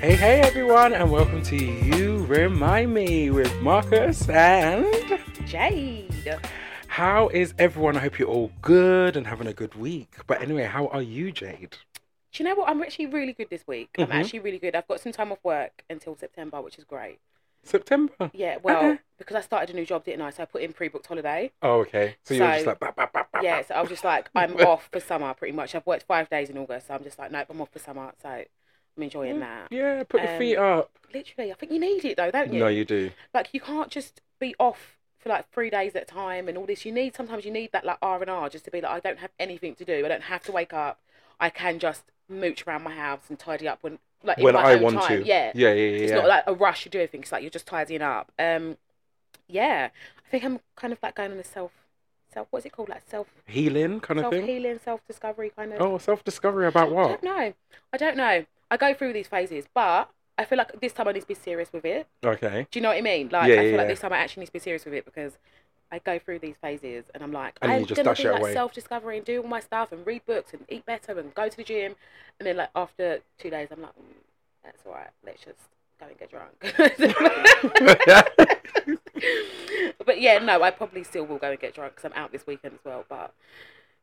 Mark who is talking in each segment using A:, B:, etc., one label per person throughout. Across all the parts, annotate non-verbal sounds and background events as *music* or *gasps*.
A: Hey, hey, everyone, and welcome to You Remind Me with Marcus and
B: Jade.
A: How is everyone? I hope you're all good and having a good week. But anyway, how are you, Jade?
B: Do you know what? I'm actually really good this week.
A: Mhm.
B: I'm actually really good. I've got some time off work until September, which is great.
A: September.
B: Yeah, well,
A: Okay.
B: because I started a new job, didn't I? So I put in pre
A: *laughs*
B: booked holiday.
A: Oh, okay. So, you're
B: So-
A: just like, bah, bah, bah, bah,
B: Yeah,
A: bah.
B: so I was just like,
A: *laughs*
B: I'm off for summer pretty much. I've worked five days in August, so I'm just like, nope, I'm off for summer. So I'm
A: Mm.
B: enjoying that.
A: yeah, put your
B: Um,
A: feet up.
B: Literally, I think you need it though, don't you?
A: No, you do.
B: Like, you can't just be off for like three days at a time and all this. You need sometimes you need that like R and R just to be like, I don't have anything to do. I don't have to wake up. I can just mooch around my house and tidy up when like in
A: when
B: my
A: I
B: own
A: want
B: time.
A: to.
B: Yeah.
A: Yeah, yeah, yeah.
B: It's
A: yeah.
B: not like a rush to do everything. It's like you're just tidying up. Um, yeah, I think I'm kind of like going on a self, self. What's it called? Like self,
A: Healing kind of
B: self
A: thing.
B: healing, self discovery kind of.
A: Oh, self discovery about
B: I
A: what?
B: don't know. I don't know. I go through these phases, but I feel like this time I need to be serious with it.
A: Okay.
B: Do you know what I mean? Like
A: Yeah,
B: I feel
A: yeah,
B: like
A: yeah.
B: this time I actually need to be serious with it because I go through these phases and I'm like,
A: And you
B: I'm
A: just
B: gonna
A: dash
B: do
A: it
B: like
A: away.
B: self discovery and do all my stuff and read books and eat better and go to the gym, and then like after two days I'm like, mm, that's all right. Let's just go and get drunk. *laughs* but yeah, no, I probably still will go and get drunk because I'm out this weekend as well. But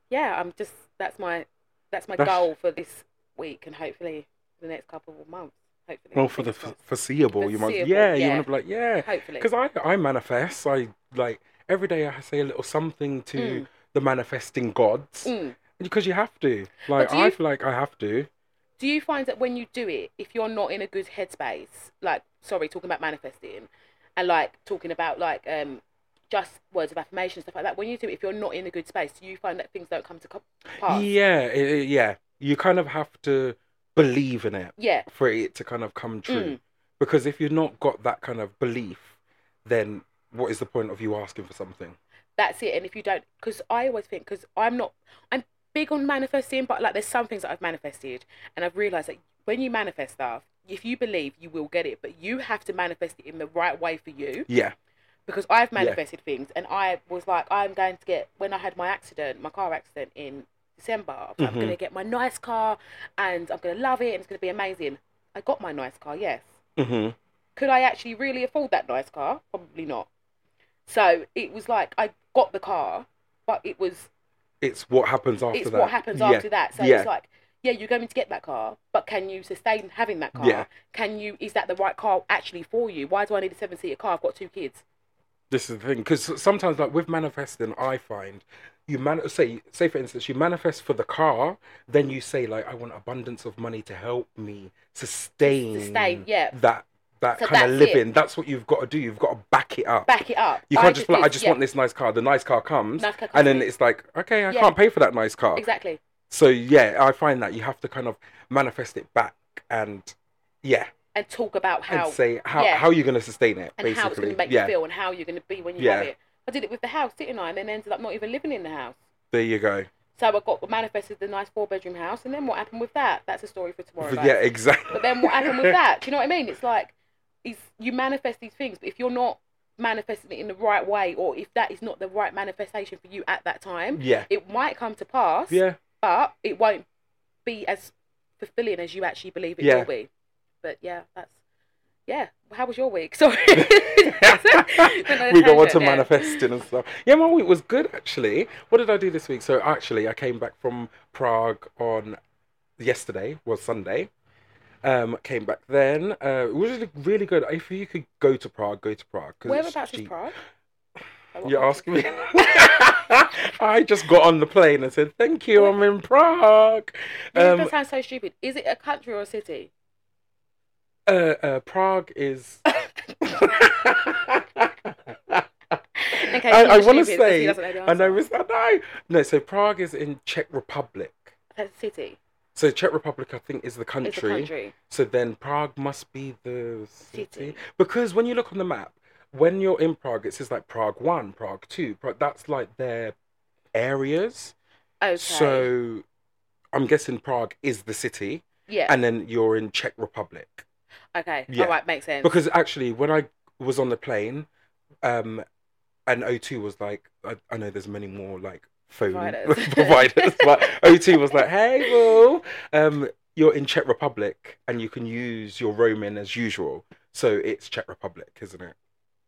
B: yeah, I'm just that's my that's my
A: That's-
B: goal for this week and hopefully the next couple of months. Hopefully.
A: Well, for the
B: fingers
A: f- foreseeable, you might.
B: Foreseeable,
A: Yeah, you
B: yeah.
A: want to be like, yeah. *laughs*
B: crossed. hopefully.
A: Because I, I manifest. I like every day I say a little something to
B: Mm.
A: the manifesting gods
B: Mm.
A: because you have to. Like
B: do you-
A: I feel like I have to.
B: do you find that when you do it, if you're not in a good headspace, like sorry, talking about manifesting, and like talking about like um just words of affirmation stuff like that, when you do it, if you're not in a good space, do you find that things don't come to co- pass?
A: Yeah, i i- yeah. You kind of have to believe in it
B: Yeah.
A: for it to kind of come true.
B: Mm.
A: Because if you've not got that kind of belief, then what is the point of you asking for something?
B: that's it. And if you don't, because I always think, because I'm not, I'm big on manifesting, but like there's some things that I've manifested, and I've realized that when you manifest stuff, if you believe, you will get it, but you have to manifest it in the right way for you.
A: Yeah.
B: because I've
A: Yeah.
B: manifested things, and I was like, I'm going to get when I had my accident, my car accident in December. I was like,
A: Mhm.
B: I'm going to get my nice car, and I'm going to love it, and it's going to be amazing. I got my nice car, yes.
A: hmm
B: Could I actually really afford that nice car? Probably not. So it was like I got the car, but it was
A: It's what happens after
B: it's
A: that.
B: what happens
A: Yeah.
B: after that. So
A: Yeah.
B: it's like, yeah, you're going to get that car, but can you sustain having that car?
A: Yeah.
B: Can you? Is that the right car actually for you? Why do I need a seven seater car? I've got two kids.
A: This is the thing, because sometimes, like with manifesting, I find you man say say for instance, you manifest for the car, then you say like, I want abundance of money to help me sustain,
B: Sustain, yeah.
A: that that
B: So
A: kind of
B: that's it.
A: living. That's what you've got to do. You've got to back it up.
B: Back it up.
A: you can't just be like, I
B: did-
A: just
B: yeah.
A: want this nice car. The nice car comes,
B: Nice car
A: and then
B: comes.
A: it's like, okay, I
B: Yeah.
A: can't pay for that nice car.
B: Exactly.
A: So yeah, I find that you have to kind of manifest it back and yeah,
B: And talk about how
A: and
B: and,
A: say how
B: yeah.
A: how you're gonna sustain it basically.
B: how it's going to make
A: yeah,
B: you feel and how you're going to be when you
A: Yeah.
B: have it. I did it with the house, didn't I? And then ended up not even living in the house.
A: there you go.
B: So I got manifested the nice four bedroom house, and then what happened with that? That's a story for
A: *laughs*
B: tomorrow.
A: yeah,
B: guys.
A: exactly.
B: But then what happened
A: *laughs*
B: with that? Do you know what I mean? It's like, it's, you manifest these things, but if you're not manifesting it in the right way, or if that is not the right manifestation for you at that time,
A: Yeah.
B: it might come to pass,
A: Yeah. *laughs*
B: but it won't be as fulfilling as you actually believe it
A: Yeah.
B: will be. But yeah, that's yeah. How was your week? *laughs* Sorry,
A: *laughs* we go on
B: Tangent,
A: to
B: yeah.
A: manifesting and stuff. Yeah, my week was good actually. What did I do this week? So actually, I came back from Prague on yesterday, was Sunday. Um, came back then. Uh, it was really, really good. If you could go to Prague, go to Prague. 'cause it's
B: Whereabouts is
A: cheap.
B: Prague? Oh,
A: *laughs*
B: what
A: You're
B: country?
A: asking
B: *laughs*
A: me. *laughs* I just got on the plane and said, "Thank you, I'm in Prague."
B: This is
A: Um,
B: gonna sound so stupid. Is it a country or a city?
A: uh, uh, Prague
B: *laughs*
A: is.
B: In case
A: I,
B: he
A: I
B: was
A: want to
B: stupid, 'cause he
A: say,
B: doesn't know the
A: and I
B: answer.
A: was like, no, no. So Prague is in Czech Republic.
B: That's a city.
A: So Czech Republic, I think, is the
B: It's a
A: country.
B: country.
A: So then Prague must be the city.
B: City.
A: because when you look on the map, when you're in Prague, it says like Prague one, Prague two. Prague, that's like their areas.
B: Okay.
A: So I'm guessing Prague is the city,
B: yeah.
A: and then you're in Czech Republic.
B: okay.
A: yeah.
B: All right. Makes sense.
A: Because actually, when I was on the plane, um, and O2 was like, I, I know there's many more like phone *laughs* providers,
B: Providers.
A: but O2 was like, hey, boo. Um, you're in Czech Republic and you can use your Roman as usual. So it's Czech Republic, isn't it?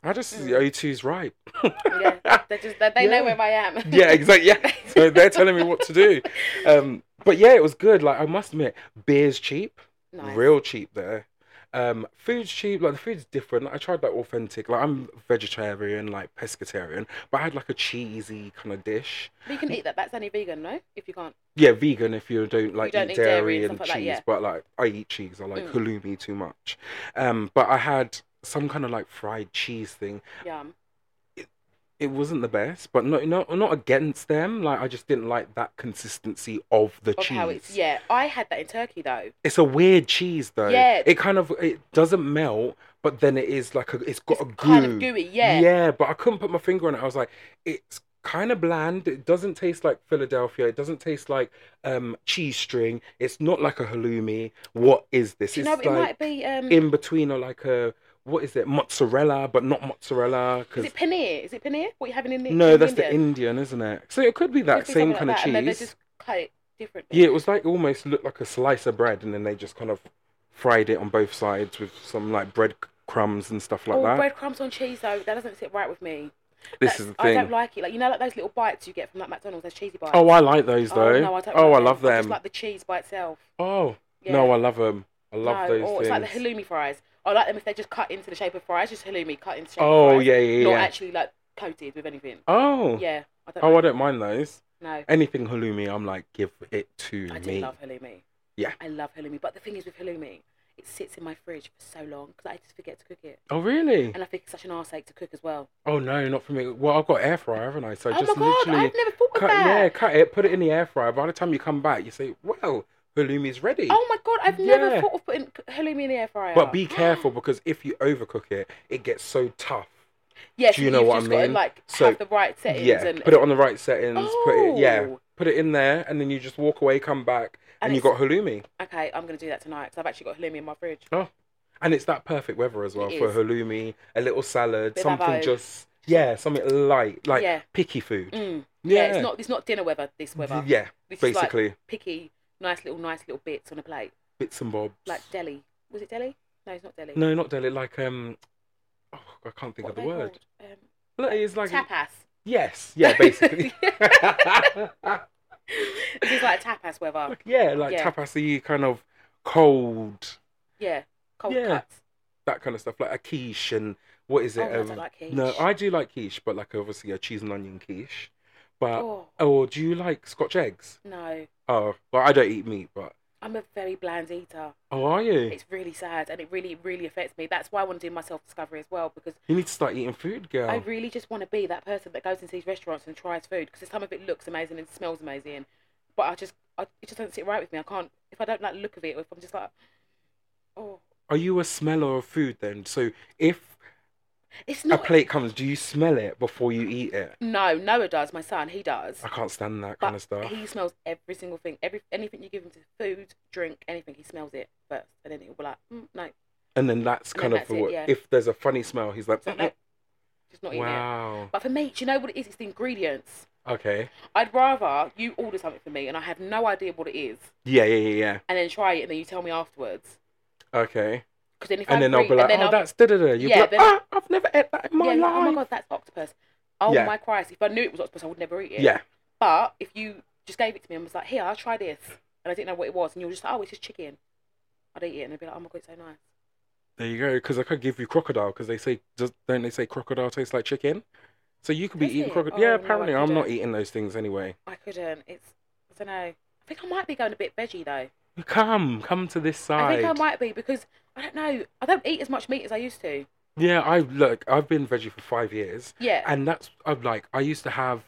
A: I just
B: Mm.
A: the O2's right.
B: Yeah. They just
A: *laughs*
B: they, they
A: Yeah.
B: know where I am. *laughs*
A: yeah, exactly. Yeah. *laughs* So they're telling me what to do. Um, but yeah, it was good. Like I must admit, beer's cheap,
B: Nice.
A: real cheap there. Um, food's cheap. Like the food's different. I tried like authentic. Like I'm vegetarian, like pescatarian, but I had like a cheesy kind of dish.
B: But you can eat that. That's only vegan, no? If you can't.
A: Yeah, vegan if you don't like
B: don't
A: eat,
B: eat
A: dairy,
B: dairy and
A: and
B: stuff
A: cheese,
B: like that, yeah.
A: but like I eat cheese. I like
B: Mm.
A: halloumi too much. Um, but I had some kind of like fried cheese thing.
B: Yum.
A: it wasn't the best, but not not not against them. Like I just didn't like that consistency of the
B: Of
A: cheese.
B: how it's yeah. I had that in Turkey though.
A: It's a weird cheese though.
B: Yeah.
A: It kind of it doesn't melt, but then it is like a, it's got
B: It's
A: a goo.
B: kind of gooey. Yeah.
A: but I couldn't put my finger on it. I was like, it's kind of bland. It doesn't taste like Philadelphia. It doesn't taste like um cheese string. It's not like a halloumi. What is this?
B: Do you
A: it's
B: know it
A: like
B: might be um.
A: in between or like a what is it? Mozzarella, but not mozzarella
B: Is
A: because
B: it paneer? Is it paneer? What you having in the
A: no,
B: in
A: that's
B: India?
A: the Indian, isn't it? So it could be that
B: Could be
A: same
B: something
A: kind
B: like
A: of
B: that, and then they
A: cheese.
B: just cut it differently.
A: Yeah, it was like almost looked like a slice of bread, and then they just kind of fried it on both sides with some like bread c- crumbs and stuff like
B: oh,
A: that.
B: breadcrumbs on cheese though. That doesn't sit right with me.
A: this
B: That's-
A: is the
B: I
A: thing.
B: don't like it. Like you know, like those little bites you get from like McDonald's, those cheesy bites.
A: oh, I like those though.
B: no, I don't
A: oh, I
B: like
A: love
B: I just
A: them.
B: like the cheese by itself.
A: Oh,
B: Yeah.
A: no, I love them. I love
B: no,
A: those
B: or
A: things.
B: it's like the halloumi fries. I like them if they're just cut into the shape of fries, just halloumi cut into shape of
A: oh,
B: fries.
A: yeah, yeah,
B: Not
A: yeah.
B: actually like coated with anything.
A: Oh,
B: Yeah, I don't.
A: oh, I
B: like
A: don't mind those.
B: it. no,
A: Anything halloumi, I'm like, give it to
B: I do
A: me.
B: love halloumi.
A: Yeah.
B: I love halloumi. But the thing is with halloumi, it sits in my fridge for so long because I just forget to cook it,
A: Oh, really?
B: and I think it's such an arseache to cook as well.
A: Oh no, not for me. Well, I've got air fryer, haven't I? So
B: oh
A: just
B: my god,
A: literally.
B: I've never thought of
A: Cut,
B: that.
A: yeah, cut it, put it in the air fryer. By the time you come back, you say, well, halloumi's ready.
B: Oh my god, I've
A: Yeah.
B: never thought of putting halloumi in the air fryer.
A: but be
B: *gasps*
A: careful because if you overcook it, it gets so tough.
B: yes,
A: do you know
B: you've
A: what I
B: just gotta,
A: mean?
B: like
A: So,
B: have the right settings
A: yeah,
B: and
A: put it on the right settings. Put it, yeah,
B: Oh.
A: put it in there, and then you just walk away, come back, and,
B: And
A: you got halloumi.
B: Okay, I'm gonna do that tonight because I've actually got halloumi in my fridge.
A: And it's that perfect weather as well
B: It
A: for
B: is.
A: halloumi, a little salad,
B: Bit of
A: something
B: avocado.
A: just yeah, something light, like
B: yeah.
A: picky food.
B: Mm.
A: Yeah,
B: it's not it's not dinner weather this weather.
A: yeah,
B: This is like
A: basically
B: picky, nice little nice little bits on a plate.
A: bits and bobs.
B: Like deli. Was it deli? No, it's not deli.
A: no, not deli. Like um, oh, I can't think
B: What
A: of the
B: are they
A: word.
B: called? Um,
A: Look, it's like
B: tapas.
A: yes, yeah,
B: *laughs*
A: basically. *laughs*
B: This is like tapas weather.
A: Like, yeah, like
B: Yeah.
A: tapasy kind of cold,
B: Yeah. Cold
A: Yeah.
B: cuts.
A: that kind of stuff, like a quiche and what is
B: Oh,
A: it?
B: I don't
A: um,
B: like quiche.
A: No, I do like quiche, but like obviously a cheese and onion quiche. But
B: oh,
A: oh, do you like Scotch eggs?
B: no.
A: Oh, well, I don't eat meat, but
B: I'm a very bland eater.
A: oh, are you?
B: It's really sad and it really, really affects me. That's why I want to do my self discovery as well because
A: You need to start eating food, girl.
B: I really just want to be that person that goes into these restaurants and tries food because some of it looks amazing and smells amazing, but I just, I, it just doesn't sit right with me. I can't if I don't like the look of it, or if I'm just like, oh,
A: Are you a smeller of food then? So if
B: it's
A: a
B: not.
A: plate comes, do you smell it before you eat it?
B: no, Noah does. My son, he does.
A: I can't stand that
B: But
A: kind of stuff.
B: he smells every single thing, every anything you give him to food, drink, anything. He smells it first, and then he'll be like, mm, no,
A: And then that's
B: And
A: kind
B: then
A: of
B: that's it,
A: what.
B: yeah.
A: If there's a funny smell, he's like,
B: it's not, no, just not eating it.
A: wow.
B: But for me, do you know what it is? It's the ingredients.
A: Okay.
B: I'd rather you order something for me and I have no idea what it is,
A: Yeah, yeah, yeah, yeah.
B: and then try it, and then you tell me afterwards.
A: Okay.
B: Because then if
A: and
B: I
A: then
B: agree,
A: I'll be like,
B: and
A: oh,
B: then I'll,
A: that's da da da. You'll
B: Yeah,
A: be like,
B: then-
A: ah, I've never ate that in my
B: yeah,
A: life.
B: oh my god, that's octopus. Oh
A: Yeah.
B: my Christ! If I knew it was octopus, I would never eat it.
A: Yeah.
B: But if you just gave it to me and was like, here, I'll try this, and I didn't know what it was, and you were just like, oh, it's just chicken, I'd eat it, and I'd be like, oh my god, it's so nice.
A: There you go. Because I could give you crocodile. Because they say, just, don't they say crocodile tastes like chicken? So you could be
B: Does
A: eating
B: it?
A: crocodile.
B: Oh,
A: yeah,
B: no, I
A: apparently I'm
B: couldn't.
A: not eating those things anyway.
B: I couldn't. It's I don't know. I think I might be going a bit veggie though.
A: Come, come to this
B: I
A: side.
B: think I might be because I don't know. I don't eat as much meat as I used to.
A: Yeah, I look. I've been veggie for five years,
B: Yeah.
A: and that's I'm like I used to have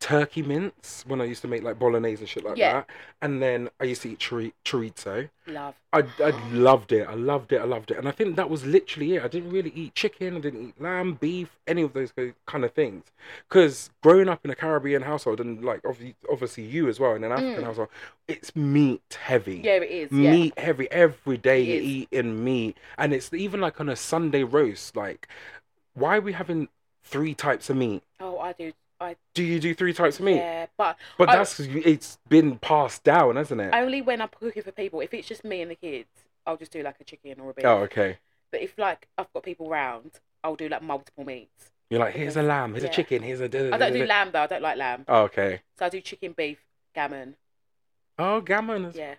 A: turkey mince when I used to make like bolognese and shit like
B: Yeah.
A: that, and then I used to eat chori- chorizo.
B: Love.
A: I, I loved it. I loved it. I loved it. And I think that was literally it. I didn't really eat chicken. I didn't eat lamb, beef, any of those go- kind of things. Because growing up in a Caribbean household, and like obviously, obviously you as well in an African
B: Mm.
A: household, it's meat heavy.
B: Yeah, it is. Yeah.
A: Meat heavy. Every day
B: It
A: you're
B: is.
A: eating meat. And it's even like on a Sunday roast, like, why are we having three types of meat?
B: Oh, I do I-
A: do you do three types of meat?
B: Yeah, but
A: But
B: I-
A: that's it's been passed down, hasn't it?
B: only when I'm cooking for people. If it's just me and the kids, I'll just do like a chicken or a beef.
A: oh, okay.
B: But if like I've got people round, I'll do like multiple meats.
A: You're like, here's a lamb, here's a
B: Yeah.
A: chicken, here's a.
B: I don't do lamb though. I don't like lamb,
A: Oh, okay.
B: so I do chicken, beef, gammon.
A: Oh, gammon. is-
B: Yeah,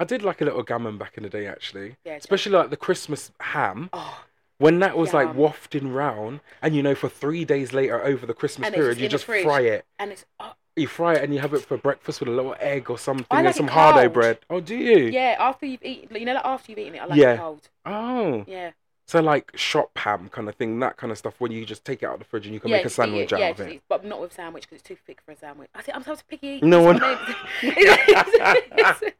A: I did like a little gammon back in the day, actually.
B: yeah.
A: Especially like the Christmas ham.
B: Oh,
A: When that was like
B: Yum.
A: wafting round, and you know, for three days later over the Christmas
B: And it's
A: period,
B: just
A: you
B: in the
A: just
B: fridge.
A: fry it.
B: and it's oh,
A: You fry it and you have it for breakfast with a little egg or something
B: I
A: and
B: like it
A: some hardo
B: cold.
A: bread. Oh, do you?
B: yeah. After you've eaten, you know, like after you've eaten it, I like
A: Yeah.
B: it cold.
A: Oh.
B: Yeah,
A: So like shop ham kind of thing, that kind of stuff when you just take it out of the fridge and you can
B: yeah.
A: make a
B: just eat
A: sandwich
B: it.
A: out
B: yeah,
A: of
B: just
A: it.
B: eat- but not with sandwich because it's too thick for a sandwich. I think I'm supposed to picky. *laughs* eat,
A: No
B: that's
A: one- *laughs*
B: what I mean.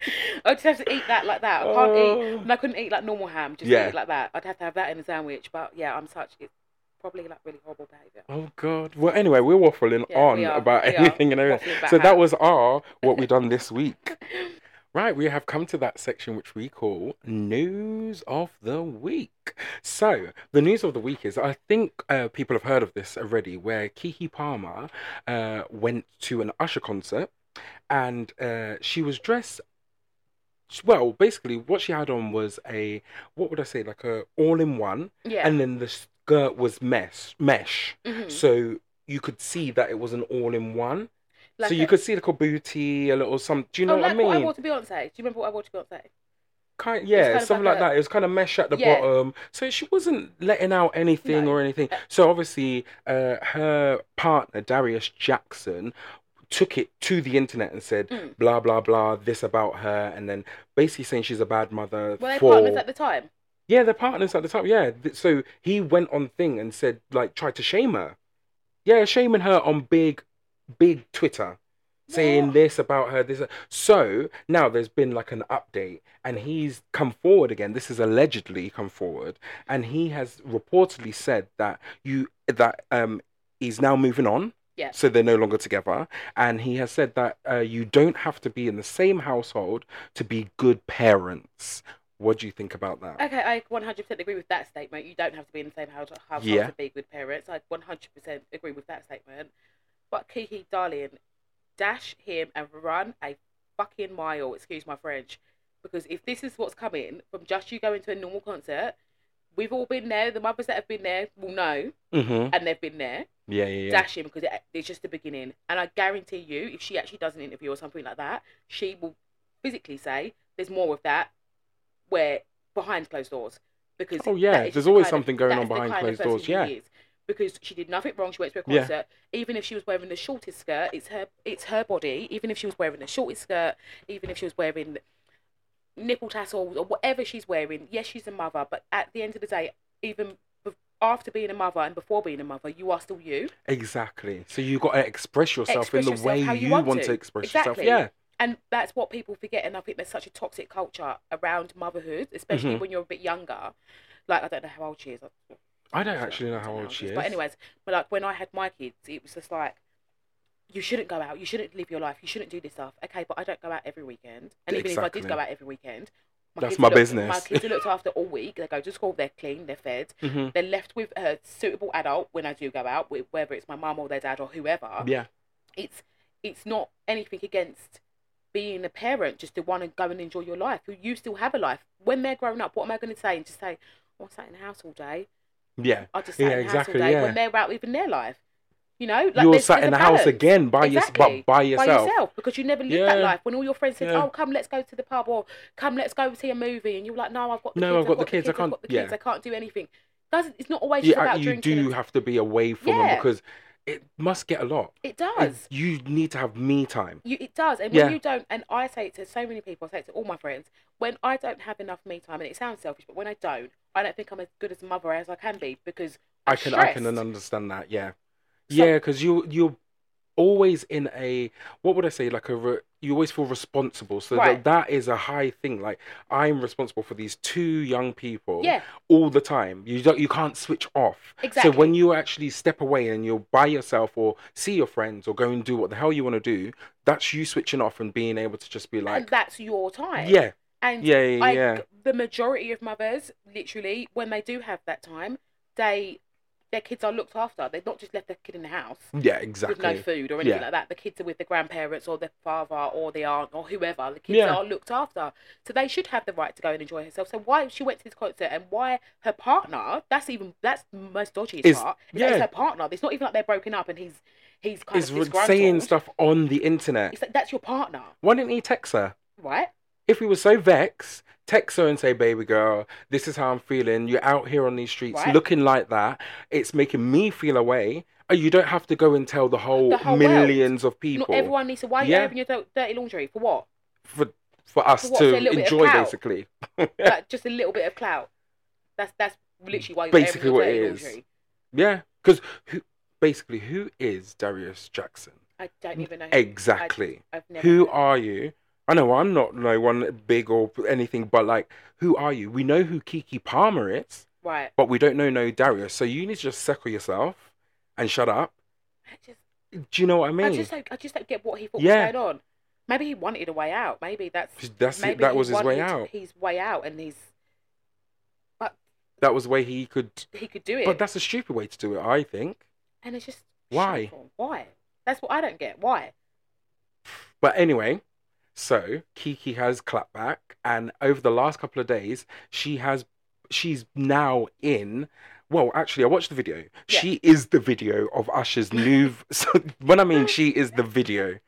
B: I just have to eat that like that. I can't eat
A: Oh.
B: And I couldn't eat like normal ham, just
A: Yeah.
B: eat it like that. I'd have to have that in a sandwich. But yeah, I'm such it's probably like really horrible behaviour.
A: Oh God. Well, anyway, we're waffling
B: Yeah,
A: on
B: we are,
A: about
B: we are.
A: anything and everything.
B: Waffling about
A: So that
B: ham.
A: was our what we done this week. Right, we have come to that section which we call news of the week. So the news of the week is I think uh, people have heard of this already, where Kiki Palmer uh, went to an Usher concert and uh, she was dressed. Well, basically, what she had on was a what would I say, like a all-in-one,
B: *laughs* yeah.
A: and then the skirt was mesh, mesh.
B: Mhm.
A: So you could see that it was an all in one.
B: Like
A: so you
B: a-
A: could see like a booty, a little some. Do you know
B: oh,
A: what
B: like
A: I mean?
B: what I wore to Beyonce. Do you remember what I wore to Beyonce?
A: Kind,
B: was
A: yeah,
B: kind of
A: something like
B: like
A: that. It was kind of mesh at the
B: Yeah.
A: bottom. So she wasn't letting out anything
B: No.
A: or anything.
B: Uh,
A: So obviously, uh, her partner, Darius Jackson, took it to the internet and said,
B: Mm.
A: blah, blah, blah, this about her. And then basically saying she's a bad mother.
B: Were they
A: for...
B: partners at the time?
A: Yeah, they're partners at the time. Yeah. Th- So he went on thing and said, like, tried to shame her. Yeah, shaming her on big, big Twitter, saying
B: What?
A: this about her. This. So now there's been like an update, and he's come forward again. This is allegedly come forward, and he has reportedly said that you that um he's now moving on.
B: Yeah.
A: So they're no longer together, and he has said that uh, you don't have to be in the same household to be good parents. What do you think about that?
B: Okay, I 100% agree with that statement. You don't have to be in the same house household
A: Yeah.
B: to be good parents. I 100% agree with that statement. But Kiki, darling, dash him and run a fucking mile. Excuse my French, because if this is what's coming from just you going to a normal concert, we've all been there. The mothers that have been there will know,
A: Mm-hmm.
B: and they've been there.
A: Yeah, yeah, yeah.
B: Dash him because it, it's just the beginning. And I guarantee you, if she actually does an interview or something like that, she will physically say, "There's more of that," where behind closed doors. Because
A: Oh, yeah,
B: that is
A: there's
B: the
A: always
B: kind
A: something going
B: that
A: on
B: is the
A: behind
B: kind of
A: closed
B: person
A: doors,
B: she
A: yeah.
B: is. Because she did nothing wrong. She went to a
A: Yeah.
B: concert. Even if she was wearing the shortest skirt, it's her it's her body. Even if she was wearing the shortest skirt, even if she was wearing nipple tassels or whatever she's wearing, yes, she's a mother. But at the end of the day, even bef- after being a mother and before being a mother, you are still you.
A: Exactly. So you got to express yourself
B: Express
A: in the
B: yourself
A: way
B: how
A: you,
B: you want
A: want to,
B: to.
A: express
B: Exactly.
A: yourself.
B: and that's what people forget and i think there's such a toxic culture around motherhood especially
A: Mhm.
B: when you're a bit younger like i don't know how old she is i
A: Yeah. I don't actually know how old she is.
B: but anyways but like when i had my kids it was just like you shouldn't go out you shouldn't live your life you shouldn't do this stuff okay but i don't go out every weekend and even if i did
A: Exactly.
B: go out every weekend
A: That's
B: kids
A: my
B: are looked-
A: business.
B: my kids are
A: *laughs*
B: looked after all week they go to school they're clean they're fed
A: Mhm.
B: they're left with a suitable adult when i do go out with- whether it's my mum or their dad or whoever
A: Yeah.
B: it's it's not anything against being a parent just to want to go and enjoy your life you, you still have a life when they're grown up what am i going to say and just say oh, i sat in the house all day
A: Yeah.
B: i just sat
A: Yeah,
B: in the
A: exactly,
B: house all day
A: yeah.
B: when they're out living their life you know like
A: You're
B: there's-
A: sat
B: there's
A: in
B: a
A: the house
B: balance
A: again by, yours
B: Exactly.
A: by, by
B: by
A: yourself.
B: yourself because you never lived that
A: Yeah.
B: life when all your friends said
A: Yeah.
B: oh come let's go to the pub or come let's go see a movie and you're like no i've got the
A: No,
B: kids
A: I've got the kids, I
B: I've got
A: can't-
B: the kids
A: yeah.
B: i can't do anything doesn't it's not always
A: You,
B: just about
A: you
B: drinking
A: do
B: and-
A: have to be away from them
B: Yeah.
A: because it must get a lot.
B: it
A: It-
B: does
A: you need to have me time.
B: You, it does, and
A: Yeah.
B: when you don't, and I say it to so many people, I say it to all my friends, when I don't have enough me time, and it sounds selfish, but when I don't, I don't think I'm as good as a mother as I can be because
A: I
B: I'm
A: can I can
B: stressed.
A: understand that. Yeah,
B: So-
A: yeah, because you you're always in a what would I say like a re, you always feel responsible. So
B: Right.
A: that that is a high thing. Like I'm responsible for these two young people.
B: Yeah,
A: all the time. You don't, you can't switch off.
B: exactly.
A: So when you actually step away and you're by yourself or see your friends or go and do what the hell you want to do, that's you switching off and being able to just be
B: and
A: like,
B: that's your time.
A: yeah,
B: and
A: yeah, yeah,
B: I,
A: yeah.
B: the majority of mothers, literally, when they do have that time, they their kids are looked after. They've not just left their kid in the house
A: Yeah, exactly.
B: with no food or anything
A: Yeah.
B: like that. The kids are with the grandparents or their father or the aunt or whoever. The kids
A: Yeah.
B: are looked after, so they should have the right to go and enjoy herself. So why she went to this concert and why her partner? That's even that's the most dodgy
A: Is-
B: part. is that
A: yeah.
B: it's her partner. It's not even like they're broken up and he's he's kind
A: Is
B: of
A: re-
B: disgruntled.
A: saying stuff on the internet.
B: It's like that's your partner,
A: Why didn't he text her?
B: right?
A: If he was so vexed, text her and say, "Baby girl, this is how I'm feeling. You're out here on these streets
B: Right.
A: looking like that. It's making me feel away." Oh, You don't have to go and tell the whole,
B: The whole
A: millions of people
B: Not everyone needs to. Why are you
A: Yeah.
B: airing your dir- dirty laundry for
A: *laughs*
B: what?
A: for for us
B: For what,
A: to
B: for a little bit of
A: enjoy,
B: clout?
A: basically.
B: like just a little bit of clout. That's that's literally why you're
A: Basically
B: airing your
A: what it
B: dirty
A: is.
B: laundry.
A: Yeah, because who, basically, who is Darius Jackson?
B: I don't even know. who-
A: Exactly.
B: I've never.
A: Who
B: heard of
A: are you? I know I'm not no one big or anything, but like, who are you? We know who Kiki Palmer is,
B: it. Right.
A: but we don't know no Darius. So you need to just settle yourself and shut up.
B: I just,
A: Do you know what I mean?
B: I just, don't, I just don't get what he thought
A: Yeah.
B: was going on. Maybe he wanted a way out. Maybe that's.
A: That's it.
B: maybe
A: That
B: he
A: was his way
B: wanted
A: out.
B: His way out, and he's
A: that was the way he could.
B: he could do it.
A: But that's a stupid way to do it, I think.
B: and it's just
A: Why?
B: shameful. Why? That's what I don't
A: *laughs*
B: get. Why?
A: But anyway, so Kiki has clapped back, and over the last couple of days, she has she's now in. Well, actually, I watched the video.
B: Yeah.
A: She is the video of Usher's new. *laughs* so, when I mean she is the video,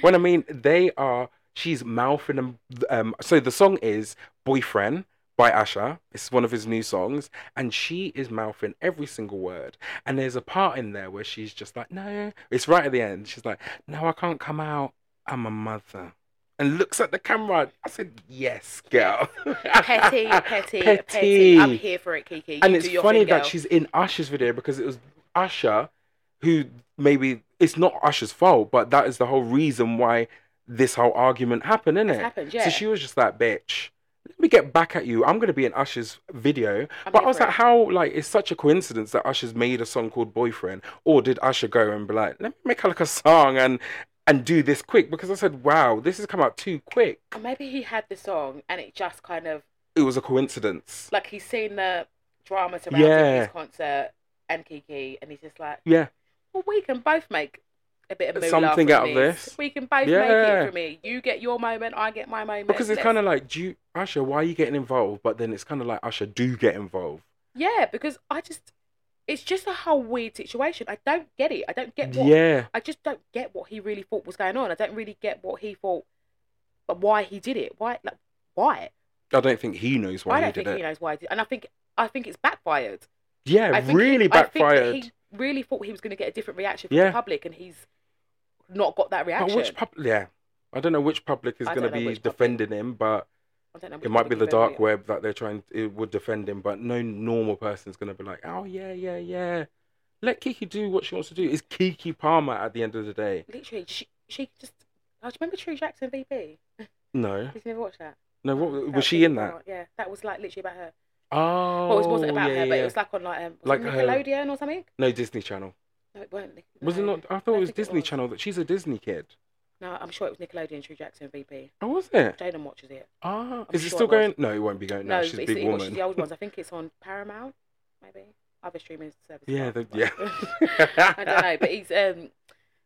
A: when I mean they are, she's mouthing them. Um, so the song is "Boyfriend" by Asha. It's one of his new songs, and she is mouthing every single word. And there's a part in there where she's just like, "No," it's right at the end. She's like, "No, I can't come out. I'm a mother." And looks at the camera. I said, "Yes, girl."
B: petty,
A: *laughs*
B: petty, petty,
A: Petty.
B: I'm here for it, Kiki. You
A: and
B: do
A: it's
B: your
A: funny
B: thing,
A: that
B: girl.
A: she's in Usher's video because it was Usher who maybe it's not Usher's fault, but that is the whole reason why this whole argument happened, isn't
B: That's
A: it?
B: happened, yeah.
A: So she was just that bitch. Let me get back at you. I'm gonna be in Usher's video,
B: I'm
A: but
B: here
A: I was
B: for
A: like, how like it's such a coincidence that Usher's made a song called Boyfriend, or did Usher go and be like, let me make like a song and and do this quick? Because I said, wow, this has come out too quick.
B: it. Maybe he had the song, and it just kind of
A: It was a coincidence.
B: like he's seen the drama surrounding
A: Yeah.
B: his concert and Kiki, and he's just like,
A: Yeah.
B: well, we can both make a bit of moolah
A: Something
B: from
A: out of this.
B: We can both make
A: Yeah.
B: it for me. You get your moment, I get my moment.
A: Because it's
B: Let's-
A: kind of like, do you, Usher, why are you getting involved? But then it's kind of like, Usher, do get involved.
B: yeah, because I just it's just a whole weird situation. I don't get it. I don't get what
A: Yeah.
B: I just don't get what he really thought was going on. I don't really get what he thought, but why he did it. Why like why?
A: I don't think he knows why
B: I
A: he
B: don't
A: did
B: think
A: it.
B: he knows why he did. And I think I think it's backfired. I
A: Yeah,
B: think he-
A: really
B: I
A: backfired.
B: think he really thought he was going to get a different reaction from the
A: Yeah.
B: public, and he's not got that
A: But
B: reaction.
A: which pub? Yeah. I don't know which public is
B: I
A: going to
B: don't know
A: be
B: which public.
A: defending him, but
B: I don't know
A: it
B: which
A: might be
B: public
A: the
B: you've ever
A: dark web that they're trying. It would defend him, but no normal person's going to be like, "Oh yeah, yeah, yeah." Let Kiki do what she wants to do. It's Kiki Palmer at the end of the day.
B: been. Literally, she she just. I just remember True Jackson VP.
A: No,
B: Did you never watch that?
A: no. What,
B: That
A: was she in
B: really
A: that?
B: hard. Yeah, that was like literally about her.
A: Oh,
B: well, it wasn't about
A: yeah,
B: her, but
A: yeah.
B: it was like on like um, was
A: Like
B: it
A: her-
B: Nickelodeon or something.
A: no Disney Channel.
B: No, it weren't. Nic-
A: Was it
B: no.
A: not? I thought
B: don't
A: it was
B: think it
A: Disney
B: was.
A: Channel. That she's a Disney kid.
B: No, I'm sure it was Nickelodeon True Jackson VP.
A: Oh, was it?
B: Jaden watches it.
A: Ah,
B: I'm
A: is it still
B: sure it was.
A: going? No, it won't be going. No, she's
B: but
A: a
B: it's-
A: big
B: he watches
A: woman.
B: the old ones. I think it's on Paramount, maybe other streaming service.
A: Yeah,
B: but-
A: the, yeah.
B: *laughs* I don't know, but he's um,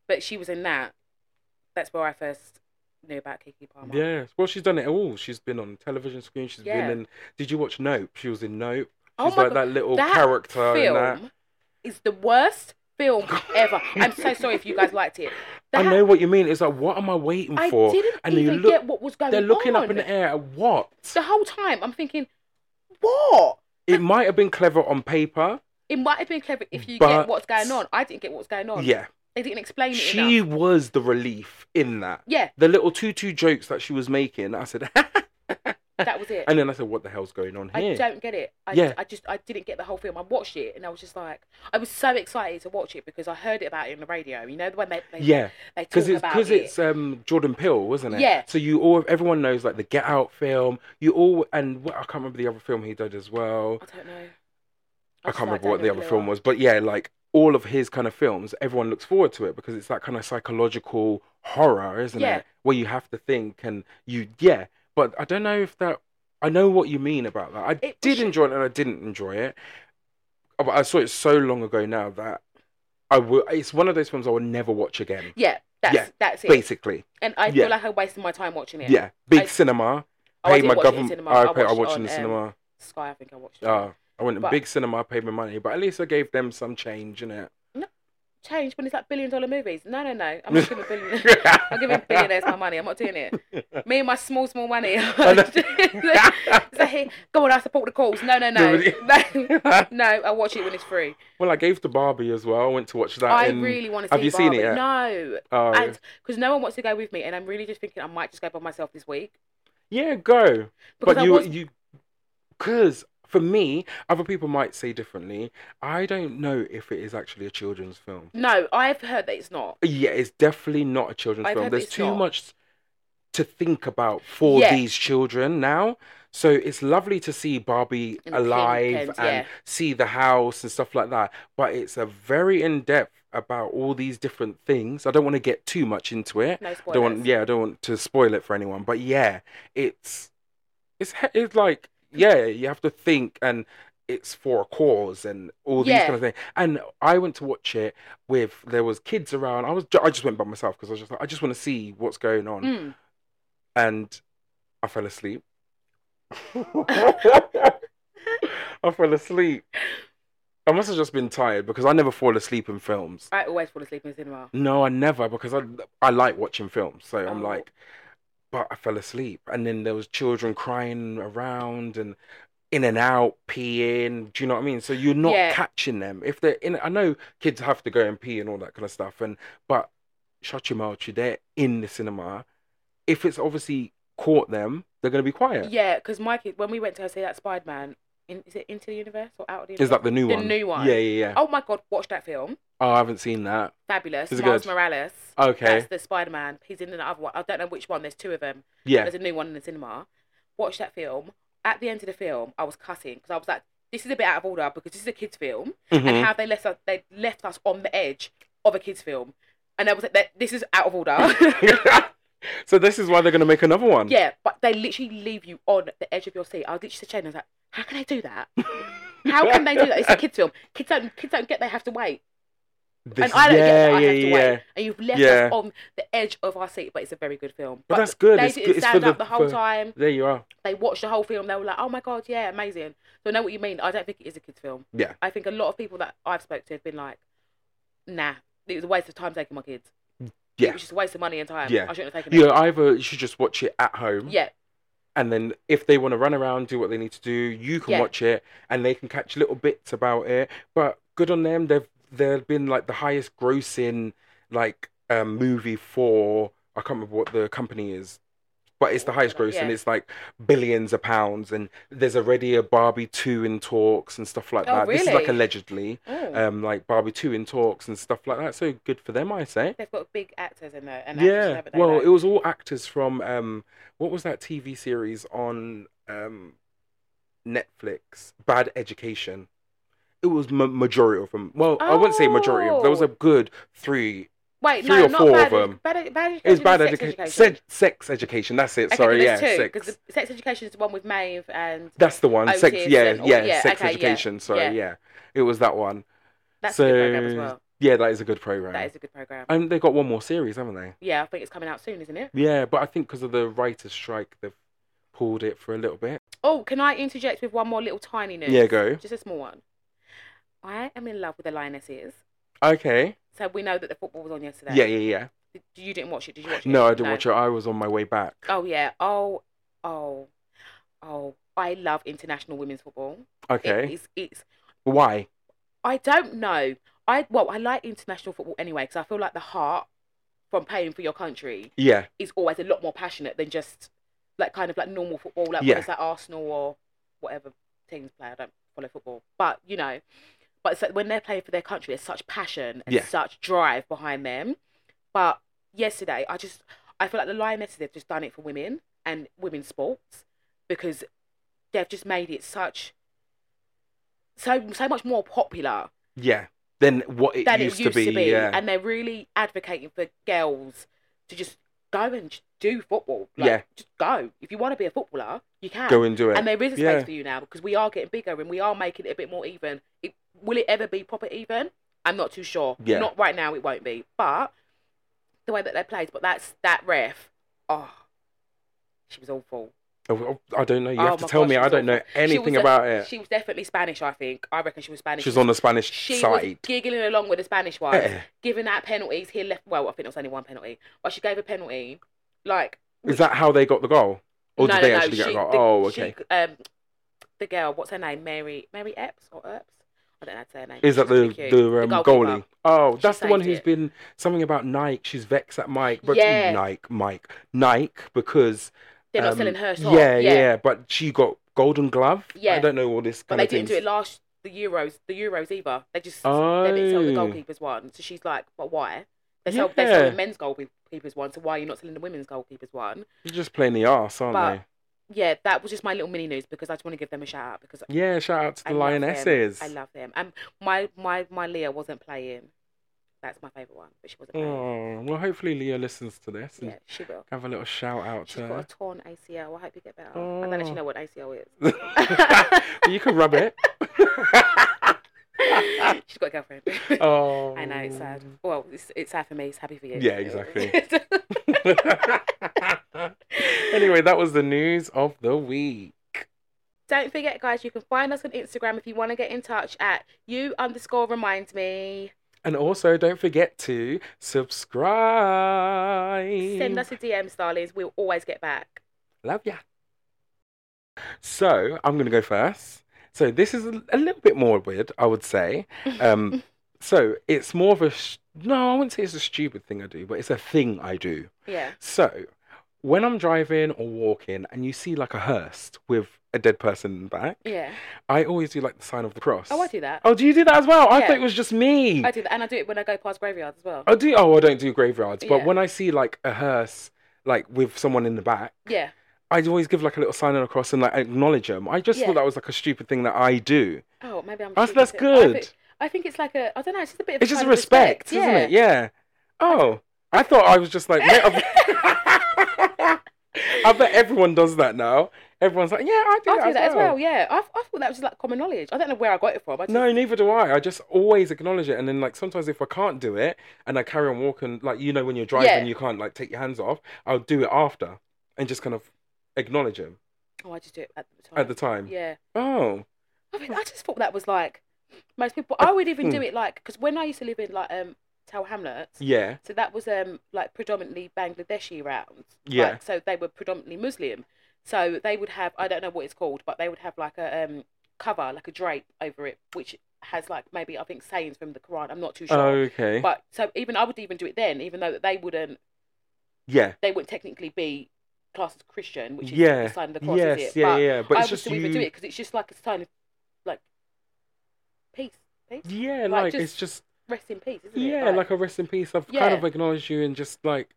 B: but she was in that. That's where I first knew about Kiki Palmer.
A: Yeah, well, she's done it all. She's been on television screen. She's
B: Yeah.
A: been in. Did you watch Nope? She was in Nope.
B: Oh
A: She's
B: my
A: like
B: God,
A: that little
B: that
A: character in that.
B: film is the worst film ever. I'm so sorry if you guys liked it.
A: *laughs* I
B: That,
A: know what you mean. It's like, what am I waiting
B: I
A: for?
B: didn't
A: and then you
B: even
A: look-
B: get what was going on.
A: They're looking up in the air at what?
B: The whole time, I'm thinking, what?
A: It might have been clever on paper.
B: It might have been clever if you
A: But-
B: get what's going on. I didn't get what's going on.
A: Yeah,
B: They didn't explain it
A: she
B: enough.
A: was the relief in that.
B: Yeah,
A: The little two-two jokes that she was making. I said, *laughs*
B: that was it.
A: and then I said, what the hell's going on
B: I
A: here?
B: don't get it. I,
A: Yeah.
B: I just I didn't get the whole film. I watched it and I was just like I was so excited to watch it because I heard it about it on the radio. You know when they, they
A: Yeah.
B: they talk
A: because it's
B: about
A: because
B: it.
A: it's um Jordan Peele, wasn't it?
B: Yeah.
A: So you all everyone knows like the Get Out film. You all and what, I can't remember the other film he did as well.
B: I don't know.
A: I, can't
B: just like uh,
A: remember what
B: don't
A: the
B: know
A: other
B: who
A: film
B: they are.
A: was, but yeah, like all of his kind of films, everyone looks forward to it because it's that kind of psychological horror, isn't
B: Yeah.
A: it? Where you have to think and you yeah. But I don't know if that. I know what you mean about that. I
B: It
A: did
B: was-
A: enjoy it and I didn't enjoy it. oh, but I saw it so long ago now that I will. It's one of those films I will never watch again.
B: Yeah, that's
A: Yeah,
B: that's it.
A: Basically,
B: And I
A: yeah.
B: feel like I'm wasting my time watching
A: yeah.
B: it.
A: Big
B: I-
A: cinema.
B: Oh, I
A: paid
B: did
A: my
B: watch it in
A: government.
B: cinema.
A: I,
B: I
A: paid, I
B: watched it
A: watched it in the
B: on, um,
A: cinema.
B: Sky, I think I watched. it.
A: Uh, I went in
B: but-
A: big cinema. I paid my money, but at least I gave them some change in it.
B: Change when it's like billion dollar movies. No, no, no. I'm not giving
A: *laughs*
B: billion. I'm giving billionaires my money. I'm not doing it. Me and my small, small money.
A: know. *laughs*
B: *laughs* It's like, "Hey, go on, I support the cause. No, no, no. *laughs* no, I watch it when it's free.
A: *laughs* well, I gave to Barbie as well. I went to watch that.
B: I
A: in,
B: really want to see
A: have you seen it
B: Barbie.
A: yet?
B: No.
A: Oh,
B: And because no one wants to go with me, and I'm really just thinking I might just go by myself this week.
A: yeah, go.
B: Because
A: but
B: I
A: you,
B: was
A: you, because for me, other people might say differently. I don't know if it is actually a children's film.
B: no, I've heard that it's not.
A: Yeah, it's definitely not a children's
B: I've
A: film.
B: heard
A: There's
B: it's
A: too
B: not.
A: much to think about for
B: Yeah.
A: these children now. So it's lovely to see Barbie
B: And
A: alive
B: pink and-
A: and
B: yeah.
A: see the house and stuff like that. But it's a very in depth about all these different things. I don't want to get too much into it.
B: No
A: I
B: spoilers.
A: don't want, yeah, I don't want to spoil it for anyone, but yeah, it's it's he- it's like yeah, you have to think, and it's for a cause, and all these
B: Yeah.
A: kind of things. And I went to watch it with there was kids around. I was ju- I just went by myself because I was just like I just want to see what's going on,
B: Mm.
A: and I fell
B: *laughs*
A: asleep. *laughs* I fell asleep. I must have just been tired because I never fall asleep in films.
B: I always fall asleep in the cinema.
A: No, I never because I I like watching films, so I'm
B: Oh.
A: like, but I fell asleep, and then there was children crying around and in and out peeing. Do you know what I mean? So you're not
B: Yeah.
A: catching them if they're in. I know kids have to go and pee and all that kind of stuff, and but shut your mouth, you they're in the cinema. If it's obviously caught them, they're gonna be quiet.
B: Yeah, because my kid, when we went to go see that Spider Man, in, is it Into the Universe or Out of the Universe?
A: Is that the new
B: The
A: one?
B: new one.
A: Yeah, yeah, yeah.
B: Oh my god, watch that film.
A: Oh, I haven't seen that.
B: Fabulous.
A: Is it
B: Miles
A: good?
B: Morales.
A: Okay.
B: That's the Spider Man. He's in another one. I don't know which one. There's two of them.
A: Yeah.
B: *laughs* There's a new one in the cinema. Watch that film. At the end of the film, I was cussing because I was like, this is a bit out of order because this is a kids' film.
A: Mhm.
B: And how they left us, they left us on the edge of a kids' film. And I was like, that- this is out
A: *laughs*
B: of order.
A: *laughs* so this is why they're gonna make another one.
B: *laughs* yeah, but they literally leave you on the edge of your seat. I was literally saying, I was like, how can they do that? How can they do that? It's a kids' film. Kids don't, kids don't get they have to wait.
A: This
B: and I don't get that
A: yeah,
B: I have to
A: yeah, yeah.
B: wait. And you've left
A: Yeah.
B: us on the edge of our seat, but it's a very good film.
A: But that's good.
B: They
A: It's
B: didn't
A: good- it's
B: stand
A: for
B: up
A: the-
B: the, whole
A: for-
B: time.
A: There you are.
B: They watched the whole film. They were like, "Oh my god, yeah, amazing." So I know what you mean. I don't think it is a kids' film.
A: Yeah.
B: I think a lot of people that I've spoke to have been like, "Nah, it was a waste of time taking my kids.
A: Yeah.
B: it was just a waste of money and time.
A: Yeah.
B: I shouldn't have taken
A: You
B: it.
A: know, either you should just watch it at home,
B: Yeah,
A: and then if they want to run around, do what they need to do, you can
B: Yeah.
A: watch it, and they can catch little bits about it. But good on them. They've they've been like the highest grossing like um, movie for I can't remember what the company is. But it's the highest gross, and
B: Yeah.
A: it's like billions of pounds. And there's already a Barbie two in talks and stuff like
B: Oh,
A: that. This is like
B: really?
A: allegedly,
B: Oh,
A: um, like Barbie two in talks and stuff like that. So good for them, I say.
B: they've got big actors in there. And actresses,
A: Yeah,
B: haven't they,
A: well,
B: though?
A: it was all actors from um, what was that TV series on um, Netflix? Bad Education. It was ma- majority of them. Well, I wouldn't say majority of. Them. There was a
B: Oh.
A: good three.
B: wait,
A: three
B: no,
A: or
B: not
A: four of
B: bad,
A: 'em.
B: Bad, ed- bad
A: It was
B: education.
A: Bad
B: sex
A: Education.
B: education.
A: Se- sex Education. That's it.
B: Okay,
A: Sorry,
B: but
A: yeah,
B: there's two,
A: six.
B: Because the sex education is the one with Maeve and
A: That's the one. Sex.
B: OTs
A: Yeah,
B: and all-
A: yeah,
B: yeah,
A: Sex
B: okay, yeah,
A: Education. Sorry,
B: yeah.
A: yeah, it was that one.
B: that's
A: So,
B: a good program as well.
A: Yeah, that is a good program.
B: That is a good program.
A: And they've got one more series, haven't they?
B: yeah, I think it's coming out soon, isn't it?
A: Yeah, but I think because of the writers' strike, they've pulled it for a little bit.
B: Oh, can I interject with one more little tiny news?
A: Yeah, go.
B: Just a small one. I am in love with the Lionesses.
A: Okay.
B: So we know that the football was on yesterday.
A: Yeah, yeah, yeah.
B: Did- You didn't watch it, did you watch it?
A: No, I didn't watch it. I was on my way back.
B: Oh, yeah. Oh, oh, oh. I love international women's football. It
A: okay.
B: is, it's,
A: Why?
B: I don't know. I Well, I like international football anyway because I feel like the heart from playing for your country
A: Yeah.
B: is always a lot more passionate than just like kind of like normal football, like
A: Yeah.
B: whether it's like Arsenal or whatever teams play. I don't follow football, but you know, but it's like when they're playing for their country, there's such passion and
A: Yeah.
B: such drive behind them. But yesterday, I just I feel like the Lionesses they've just done it for women and women's sports because they've just made it such so so much more popular
A: Yeah. Then what it,
B: than
A: used, to be. yeah.
B: and they're really advocating for girls to just go and just do football. Like,
A: Yeah.
B: just go. If you want to be a footballer, you can.
A: Go and do it.
B: and there is a space
A: Yeah.
B: for you now because we are getting bigger and we are making it a bit more even. It will it ever be proper even? I'm not too sure.
A: Yeah.
B: Not right now, it won't be. But the way that they played, but that's that ref. Oh, she was awful.
A: Oh, I don't know. You
B: Oh
A: have to
B: my
A: tell
B: gosh,
A: me.
B: she
A: I
B: was
A: don't know
B: awful. She
A: anything
B: was a-
A: about it.
B: She was definitely Spanish, I think. I reckon she was Spanish.
A: She's on the Spanish
B: she was
A: side.
B: giggling along with the Spanish one,
A: Eh.
B: giving out penalties. He left. Well, I think it was only one penalty, but she gave a penalty. Like,
A: Is that how they got the goal? Or
B: no,
A: did they
B: no,
A: actually
B: no.
A: get a
B: she,
A: goal?
B: the-
A: oh,
B: she,
A: okay.
B: um, the girl, what's her name? Mary, Mary Epps or Epps? I don't know how to say her name.
A: Is that
B: She's
A: the
B: really cute.
A: the, um,
B: goalkeeper.
A: goalie? Oh,
B: She
A: that's the one
B: saved
A: who's
B: it.
A: been something about Nike. She's vexed at Mike, but
B: Yeah.
A: Nike, Mike, Nike, because
B: They're not
A: um,
B: selling her top.
A: Yeah, yeah, but she got Golden Glove. I
B: Yeah.
A: don't know all this
B: But
A: kind
B: they
A: of thing.
B: didn't do it last the Euros, the Euros either. They just
A: Oh.
B: they didn't sell the goalkeepers one. So she's like, but why? They sell they
A: Yeah.
B: sell the men's goalkeepers one. So why are you not selling the women's goalkeepers one?
A: You're just playing the arse, aren't
B: But- Yeah, that was just my little mini news because I just want to give them a shout out because
A: they? Yeah, shout out to the
B: I love them.
A: Lionesses.
B: I love them. And my my my Leah wasn't playing. That's my favorite one, but she wasn't playing.
A: Oh, well, hopefully Leah listens to this and
B: Yeah, she will.
A: have a little shout out
B: She's
A: to
B: got a
A: her.
B: torn ACL. I hope you get better. I don't
A: Oh.
B: actually know what
A: *laughs*
B: ACL is. *laughs*
A: you can rub it.
B: She's got a girlfriend.
A: oh,
B: *laughs* I know it's sad. Well, it's, it's sad for me. It's happy for you.
A: Yeah, exactly.
B: exactly.
A: *laughs* anyway, that was the news of the week.
B: *laughs* Don't forget, guys, you can find us on Instagram if you want to get in touch at you underscore remind me.
A: And also, don't forget to subscribe.
B: Send us a DM, darlings. We'll always get back.
A: Love ya. So I'm gonna go first. So this is a, a little bit more weird, I would
B: *laughs*
A: say. Um, so it's more of a sh- no, I wouldn't say it's a stupid thing I do, but it's a thing I do.
B: Yeah.
A: So when I'm driving or walking, and you see like a hearse with a dead person in the back,
B: Yeah.
A: I always do like the sign of the cross.
B: Oh, I do that.
A: Oh, do you do that as well? I
B: Yeah.
A: thought it was just me.
B: I do that. And I do it when I go past graveyards as well.
A: I do. Oh, I don't do graveyards, but
B: Yeah.
A: when I see like a hearse, like with someone in the back,
B: Yeah.
A: I always give like a little sign across and like acknowledge them. I just
B: Yeah.
A: thought that was like a stupid thing that I do.
B: Oh, maybe I'm.
A: I
B: stupid
A: said, that's
B: too. I
A: good.
B: think, I think it's like a. I don't know. It's just a bit of.
A: it's
B: a
A: just
B: kind of
A: respect, isn't it? Yeah. Oh, I thought I was just like. mate, I *laughs* I bet everyone does that now. Everyone's like, yeah, I do
B: I
A: that,
B: do
A: as,
B: that as
A: well.
B: well. Yeah. I, I thought that was just like common knowledge. I don't know where I got it from. I just,
A: No, neither do I. I just always acknowledge it, and then like sometimes if I can't do it, and I carry on walking, like you know when you're driving,
B: Yeah.
A: you can't like take your hands off. I'll do it after, and just kind of acknowledge him
B: Oh, I just do it at the time.
A: at the time.
B: Yeah.
A: Oh,
B: I, mean, I just thought that was like most people. I would even do it like because when I used to live in like um Tower Hamlets,
A: hmm. yeah,
B: so that was um like predominantly Bangladeshi round.
A: Yeah.
B: Like, so they were predominantly Muslim. So they would have I don't know what it's called, but they would have like a um cover like a drape over it, which has like maybe I think sayings from the Quran. I'm not too sure.
A: okay,
B: But so even I would even do it then, even though that they wouldn't,
A: yeah.
B: they wouldn't technically be classed as Christian, which is
A: Yeah.
B: the sign of the cross,
A: yes,
B: is it?
A: yeah,
B: but
A: yeah. But
B: I
A: it's
B: would
A: just
B: still
A: you.
B: even do it because it's just like a sign of like peace, peace,
A: Yeah,
B: Like,
A: like,
B: just-
A: it's just
B: rest in peace, isn't it?
A: yeah, like a rest in peace. I've kind
B: Yeah.
A: of acknowledged you and just like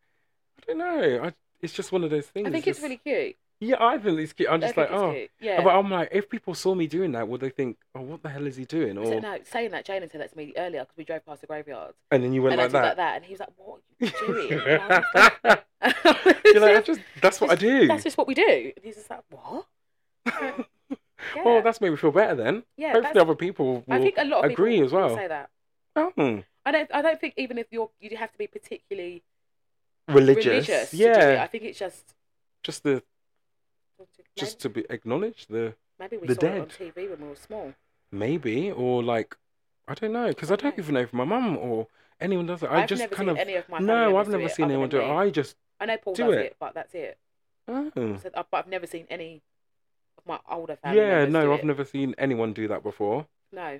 A: I don't know. I it's just one of those things.
B: I think it's
A: just-
B: really cute.
A: yeah. I think it's cute. I'm
B: I
A: just
B: think
A: like
B: it's
A: oh,
B: cute. Yeah.
A: but I'm like if people saw me doing that, would they think oh what the hell is he doing?
B: I said,
A: Or
B: no, saying that, Jalen said that to me earlier because we drove past the graveyard
A: and then you went
B: and I
A: like
B: did like
A: that.
B: that, and he was like, "What
A: *laughs*
B: are you doing?"
A: You're
B: And I
A: *laughs*
B: was like- *laughs*
A: like, I just that's what I
B: Just-
A: do.
B: That's just what we do. And he's just like,
A: *laughs*
B: "What?" Yeah,
A: Well, Oh, that's made me feel better then.
B: yeah.
A: Hopefully,
B: that's-
A: other people
B: I
A: will
B: think a lot of
A: agree
B: people
A: as well.
B: Say that.
A: Oh,
B: I don't. I don't think even if you're, you have to be particularly
A: religious.
B: religious. to do it.
A: yeah,
B: I think it's just.
A: just the
B: Just
A: just to be acknowledged the
B: maybe we
A: the
B: saw it on
A: dead.
B: TV when we were small.
A: maybe or like I don't know because I don't
B: Okay.
A: even know if my mum or anyone does it. I
B: I've
A: just
B: never
A: kind of
B: seen any of my family
A: no,
B: members
A: I've
B: do
A: never
B: it
A: seen
B: other
A: anyone do
B: than
A: it.
B: me.
A: I just
B: I know Paul
A: do
B: does
A: it.
B: it. but that's it.
A: oh.
B: So, uh, but I've never seen any of my older family
A: yeah,
B: members do
A: no,
B: it.
A: I've never seen anyone do that before.
B: No,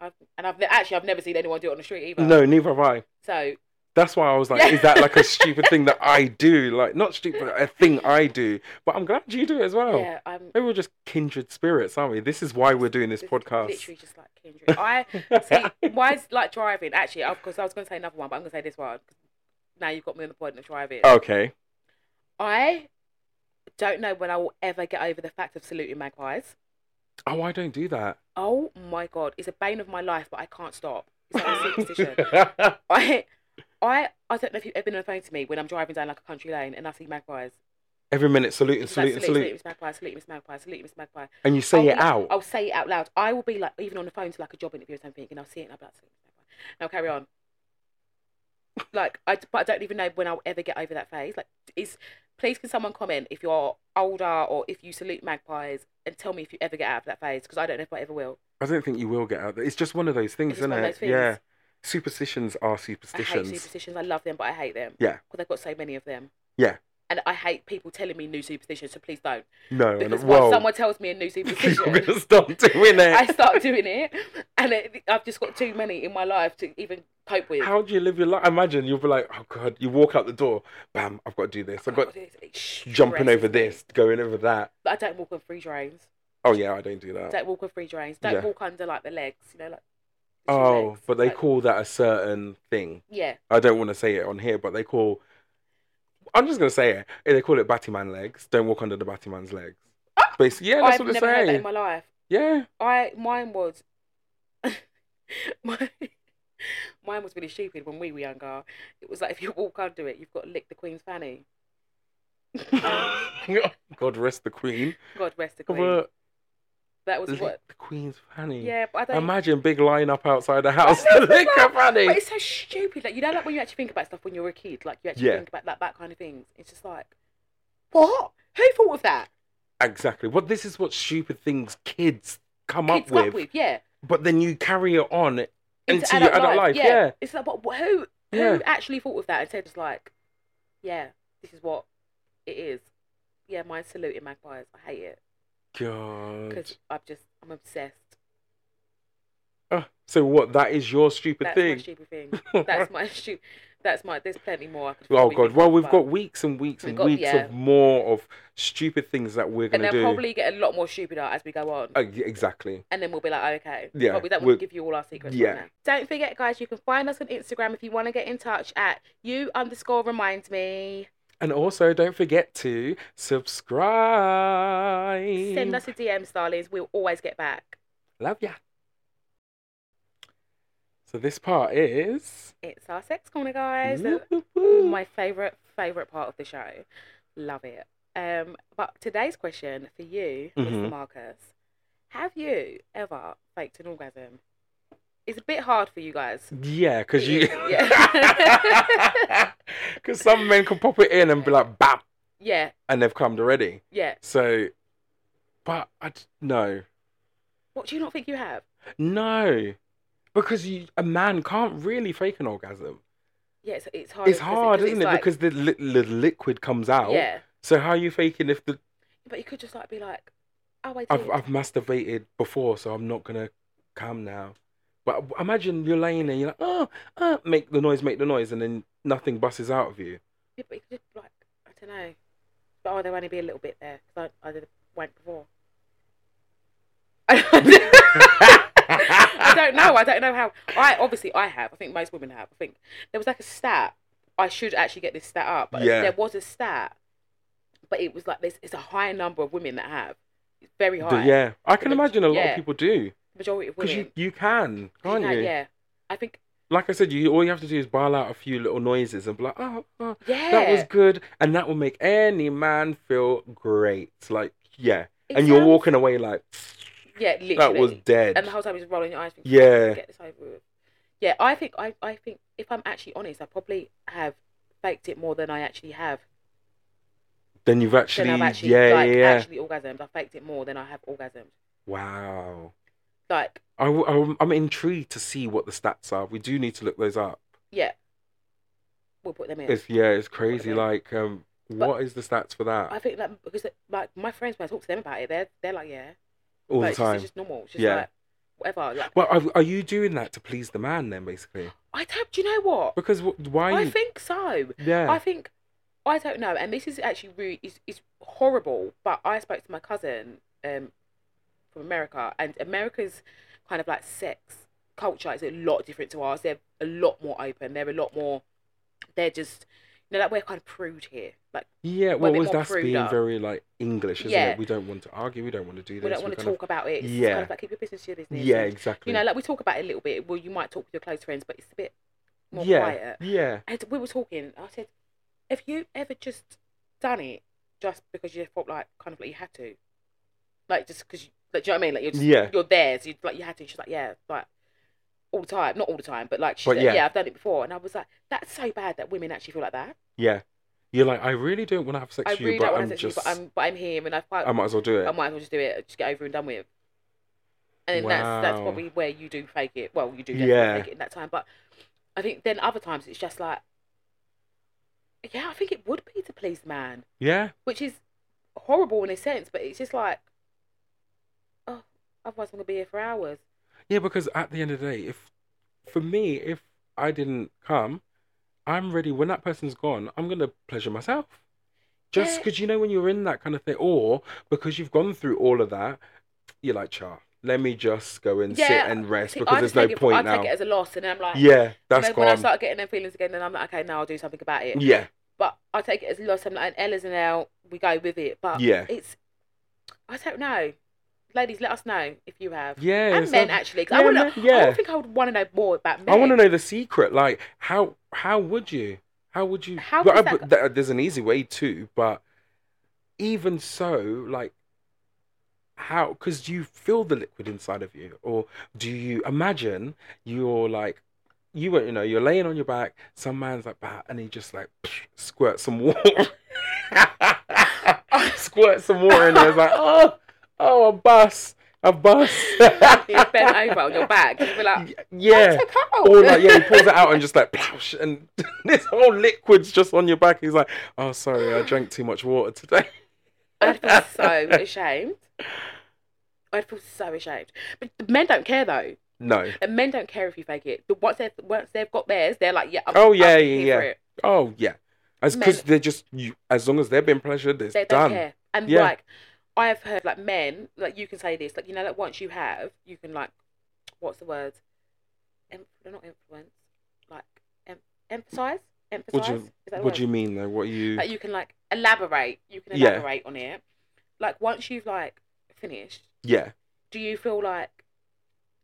B: I've, and I've ne- actually I've never seen anyone do it on the street either.
A: No, neither have I.
B: So
A: That's why I was like,
B: Yeah.
A: is that
B: *laughs*
A: like a stupid thing that I do? Like not stupid, but a thing I do. But I'm glad you do it as well.
B: yeah, I'm.
A: Maybe we're just kindred spirits, aren't we? This is why we're doing this
B: This
A: *laughs*
B: is
A: podcast.
B: Literally just like kindred.
A: *laughs*
B: I see. Why is like driving? Actually, of course, I was going to say another one, but I'm going to say this one. 'cause Now you've got me on the point of driving.
A: okay.
B: I don't know when I will ever get over the fact of saluting magpies.
A: Oh, I don't do that.
B: Oh my god, it's a bane of my life, but I can't stop. It's
A: *laughs*
B: like a superstition. I, I, I don't know if you've ever been on the phone to me when I'm driving down like a country lane and I see magpies,
A: Every minute, saluting,
B: It's like,
A: saluting, saluting,
B: Miss Magpie, salute Miss Magpie, salute Miss Magpie.
A: and you say
B: I'll
A: it
B: be like-
A: out.
B: I'll say it out loud. I will be like, even on the phone to like a job interview or something, and I'll see it and I'll be like, "Salute Miss Magpie." And I'll carry on. *laughs* Like, I, but I don't even know when I'll ever get over that phase. Like, is please can someone comment if you're older or if you salute magpies and tell me if you ever get out of that phase because I don't know if I ever will.
A: I don't think you will get out. there. It's just one of those things,
B: It's just
A: isn't
B: one of
A: it?
B: those things.
A: Yeah. Superstitions are
B: I hate
A: superstitions.
B: superstitions. I love them, but I hate them.
A: Yeah.
B: Because I've got so many of them.
A: Yeah.
B: And I hate people telling me new superstitions, so please don't.
A: no, and
B: Because
A: whoa,
B: once someone tells me a
A: *laughs*
B: new
A: you're
B: superstition,
A: gonna stop doing
B: *laughs* I
A: it.
B: start doing it, and it, I've just got too many in my life to even cope with.
A: How do you live your life? Imagine you'll be like, oh god, you walk out the door, bam, I've got to do this. I've got jumping over this, going over that.
B: But I don't walk on free drains.
A: Oh yeah, I don't do
B: I
A: that.
B: Don't walk on free drains. Don't
A: Yeah.
B: walk under like the legs. You know, like. it's your
A: Oh,
B: legs.
A: but they
B: Like,
A: call that a certain thing.
B: Yeah,
A: I don't want to say it on here, but they call. I'm just gonna say it. They call it Batman legs. Don't walk under the Batman's legs. Basically, yeah, that's
B: Ah! I've
A: what they
B: never heard that
A: say.
B: in my life.
A: Yeah.
B: I mine was *laughs* my, mine was really stupid when we were younger. It was like if you walk under it, you've got to lick the Queen's
A: *laughs*
B: fanny.
A: God rest the Queen.
B: God rest the Queen.
A: But
B: that was
A: lick *laughs*
B: what.
A: the Queen's fanny.
B: Yeah, but I don't.
A: Imagine big line up outside the
B: *laughs*
A: house
B: I
A: to
B: know,
A: lick her fanny.
B: But it's so stupid. Like you know, like when you actually think about stuff when you're a kid, like you actually
A: Yeah.
B: think about that that kind of things. It's just like, what? Who thought of that?
A: Exactly. Well, this is what stupid things kids come
B: Kids
A: up, with,
B: up with, yeah.
A: but then you carry it on into, your adult life. Yeah.
B: It's like, but who who
A: Yeah.
B: actually thought of that and said just like, yeah, this is what it is. Yeah, mine saluting magpies. I hate it
A: God.
B: because I'm just I'm obsessed.
A: Ah, so what? That is your stupid
B: That's
A: thing.
B: my stupid
A: *laughs*
B: thing. That's my stu- That's my. There's plenty more. I could
A: Oh
B: probably
A: God!
B: think
A: Well,
B: of,
A: we've
B: but-
A: got weeks and weeks
B: We've
A: and
B: got-
A: weeks
B: yeah.
A: of more of stupid things that we're
B: And
A: gonna
B: they'll
A: do.
B: probably get a lot more stupider as we go on.
A: Uh, yeah, exactly.
B: and then we'll be like, oh, okay,
A: Yeah,
B: but we don't
A: we'll-
B: want to give you all our secrets.
A: yeah.
B: Yeah. Don't forget, guys, you can find us on Instagram if you want to get in touch at you underscore remind me.
A: And also, don't forget to subscribe.
B: Send us a DM, darlings. We'll always get back.
A: Love ya. So this part is.
B: It's our sex corner, guys. My favorite, favorite part of the show. Love it. Um, but today's question for you,
A: Mhm.
B: Mr. Marcus, have you ever faked an orgasm? It's a bit hard for you guys.
A: Yeah, because you. *laughs*
B: Yeah. *laughs*
A: Because some men can pop it in and be like, bam,
B: Yeah,
A: and they've come already.
B: yeah.
A: So, but I d- no,
B: What do you not think you have?
A: no, because you a man can't really fake an orgasm.
B: Yeah, it's, it's hard.
A: It's
B: because
A: hard,
B: 'cause
A: isn't
B: it's
A: it?
B: like-
A: Because the, li- the liquid comes out.
B: yeah.
A: So how are you faking if the
B: But you could just like be like, oh, I did.
A: I've I've masturbated before, so I'm not gonna come now. But imagine you're laying there, you're like, oh, uh, make the noise, make the noise, and then nothing busses out of you.
B: Yeah, but you could just like, I don't know. But oh, there will only be a little bit there because I, I did wank before. *laughs* I don't know. I don't know how. I obviously I have. I think most women have. I think there was like a stat. I should actually get this stat up, but
A: Yeah.
B: there was a stat. But it was like this. It's a higher number of women that have. It's very
A: The-
B: high.
A: yeah, I can
B: But-
A: imagine a lot of
B: yeah.
A: people do
B: Majority of
A: because
B: women.
A: you you can, can't
B: Yeah,
A: you?
B: Yeah. I think.
A: Like I said, you all you have to do is bile out a few little noises and be like, oh, oh,
B: Yeah.
A: that was good, and that will make any man feel great. Like, yeah,
B: It
A: and you're
B: sounds-
A: walking away like
B: Yeah, literally.
A: that was dead.
B: and the whole time he's rolling your eyes. Thinking,
A: Yeah.
B: get this over with. Yeah, I think I, I think if I'm actually honest, I probably have faked it more than I actually have.
A: then you've
B: Than
A: actually,
B: I've actually
A: yeah,
B: like
A: yeah, yeah.
B: actually orgasmed. I faked it more than I have orgasmed.
A: wow.
B: Like
A: I, am I'm intrigued to see what the stats are. We do need to look those up.
B: yeah, we'll put them in.
A: It's yeah, it's crazy.
B: mean?
A: Like, um, what is the stats for that
B: I think that because like my friends when I talk to them about it, they're they're like yeah,
A: all
B: like,
A: the
B: it's just-
A: time?
B: It's just normal. It's just
A: Yeah.
B: like whatever. Like
A: Well, are, are you doing that to please the man then, basically?
B: I don't. Do you know what?
A: Because wh- why?
B: I
A: you-
B: think so.
A: yeah,
B: I think I don't know, and this is actually really is is horrible. But I spoke to my cousin um from America, and America's kind of like sex culture is a lot different to ours. They're a lot more open. They're a lot more. They're just you know like we're kind of prude here. Like
A: yeah.
B: we're a
A: Well,
B: bit
A: was
B: more
A: that's
B: prude
A: being
B: up.
A: very like English, isn't
B: Yeah.
A: it? We don't want to argue. We don't want to do this.
B: we don't
A: we're
B: want to
A: kind of-
B: talk about it. It's
A: Yeah.
B: kind of like keep your business to your business.
A: yeah,
B: And,
A: exactly.
B: you know, like we talk about it a little bit. Well, you might talk with your close friends, but it's a bit more
A: yeah,
B: quiet.
A: yeah.
B: and we were talking. I said, "Have you ever just done it just because you felt like kind of like you had to, like just because you, like, do you know what I mean? Like you're just,
A: Yeah.
B: you're there, so you like you had to. She's like, yeah, like all the time, not all the time, but like she
A: But
B: said,
A: yeah.
B: yeah. I've done it before, and I was like, that's so bad that women actually feel like that.
A: Yeah. You're like, I really don't want to have sex
B: I
A: with you,
B: really
A: but
B: don't want
A: I'm
B: to have sex with you,
A: just,
B: but I'm but I'm here, and I quite
A: I might as well do it.
B: I might as well just do it, just get over and done with. And then that's that's
A: Wow.
B: probably where you do fake it. Well, you do
A: Yeah.
B: yeah. fake it in that time, but I think then other times it's just like, yeah, I think it would be to please the man,
A: yeah.
B: which is horrible in a sense, but it's just like, oh, otherwise I'm gonna be here for hours.
A: Yeah, because at the end of the day, if for me, if I didn't come, I'm ready. When that person's gone, I'm gonna pleasure myself. Just
B: Yeah.
A: because you know when you're in that kind of thing, or because you've gone through all of that, you're like, "Char, let me just go and sit
B: Yeah,
A: and rest
B: See,
A: because
B: I
A: there's
B: just
A: no
B: take it,
A: point
B: I
A: now."
B: take it as a loss, and then I'm like,
A: yeah,
B: and
A: that's
B: then when I
A: gone.
B: start getting them feelings again, then I'm like, okay, now I'll do something about *laughs* it.
A: yeah,
B: But I take it as a loss. I'm like, Ella's an L, we go with it. But
A: yeah,
B: it's I don't know. Ladies, let us know if you have.
A: yeah.
B: and
A: so-
B: men actually. 'cause
A: yeah,
B: I want
A: men-
B: to.
A: yeah.
B: I think I would want to know more about men.
A: I want to know the secret. Like, how how would you? How would you?
B: How
A: well,
B: does
A: I-
B: that
A: but th- uh, there's an easy way too, but even so, like, how? Because do you feel the liquid inside of you, or do you imagine you're like, you won't, you know, you're laying on your back, some man's like that, and he just like *laughs* squirts some
B: *laughs*
A: water, *laughs* squirts some water, and it's like, oh, oh, a bus, a
B: *laughs*
A: bus.
B: You
A: *laughs*
B: bent over on your back. You'd be like,
A: yeah.
B: "That's so cold."
A: Or like, yeah, he pulls it out and just like plouch, and *laughs* this whole liquid's just on your back. He's like, "Oh, sorry, I drank too much water today."
B: *laughs*
A: *laughs*
B: I'd feel so ashamed. I'd feel so ashamed. But the men don't care though.
A: No.
B: The men don't care if you fake it. The once they've once they've got theirs, they're like, yeah. I'm,
A: Oh, yeah,
B: I'm
A: yeah,
B: here for
A: yeah.
B: it.
A: Oh yeah, as because
B: Men-
A: they're just you. As long as they've been pleasured, it's
B: They don't
A: done.
B: care. And
A: Yeah.
B: like, I have heard like men like you can say this like you know like once you have you can like what's the word? Em- not influence. Like em- emphasize. Emphasize.
A: What do
B: Is
A: you
B: that the
A: What
B: word?
A: do you mean though? What you?
B: Like you can like elaborate. You can
A: Yeah.
B: elaborate on it. Like once you've like finished,
A: Yeah.
B: do you feel like,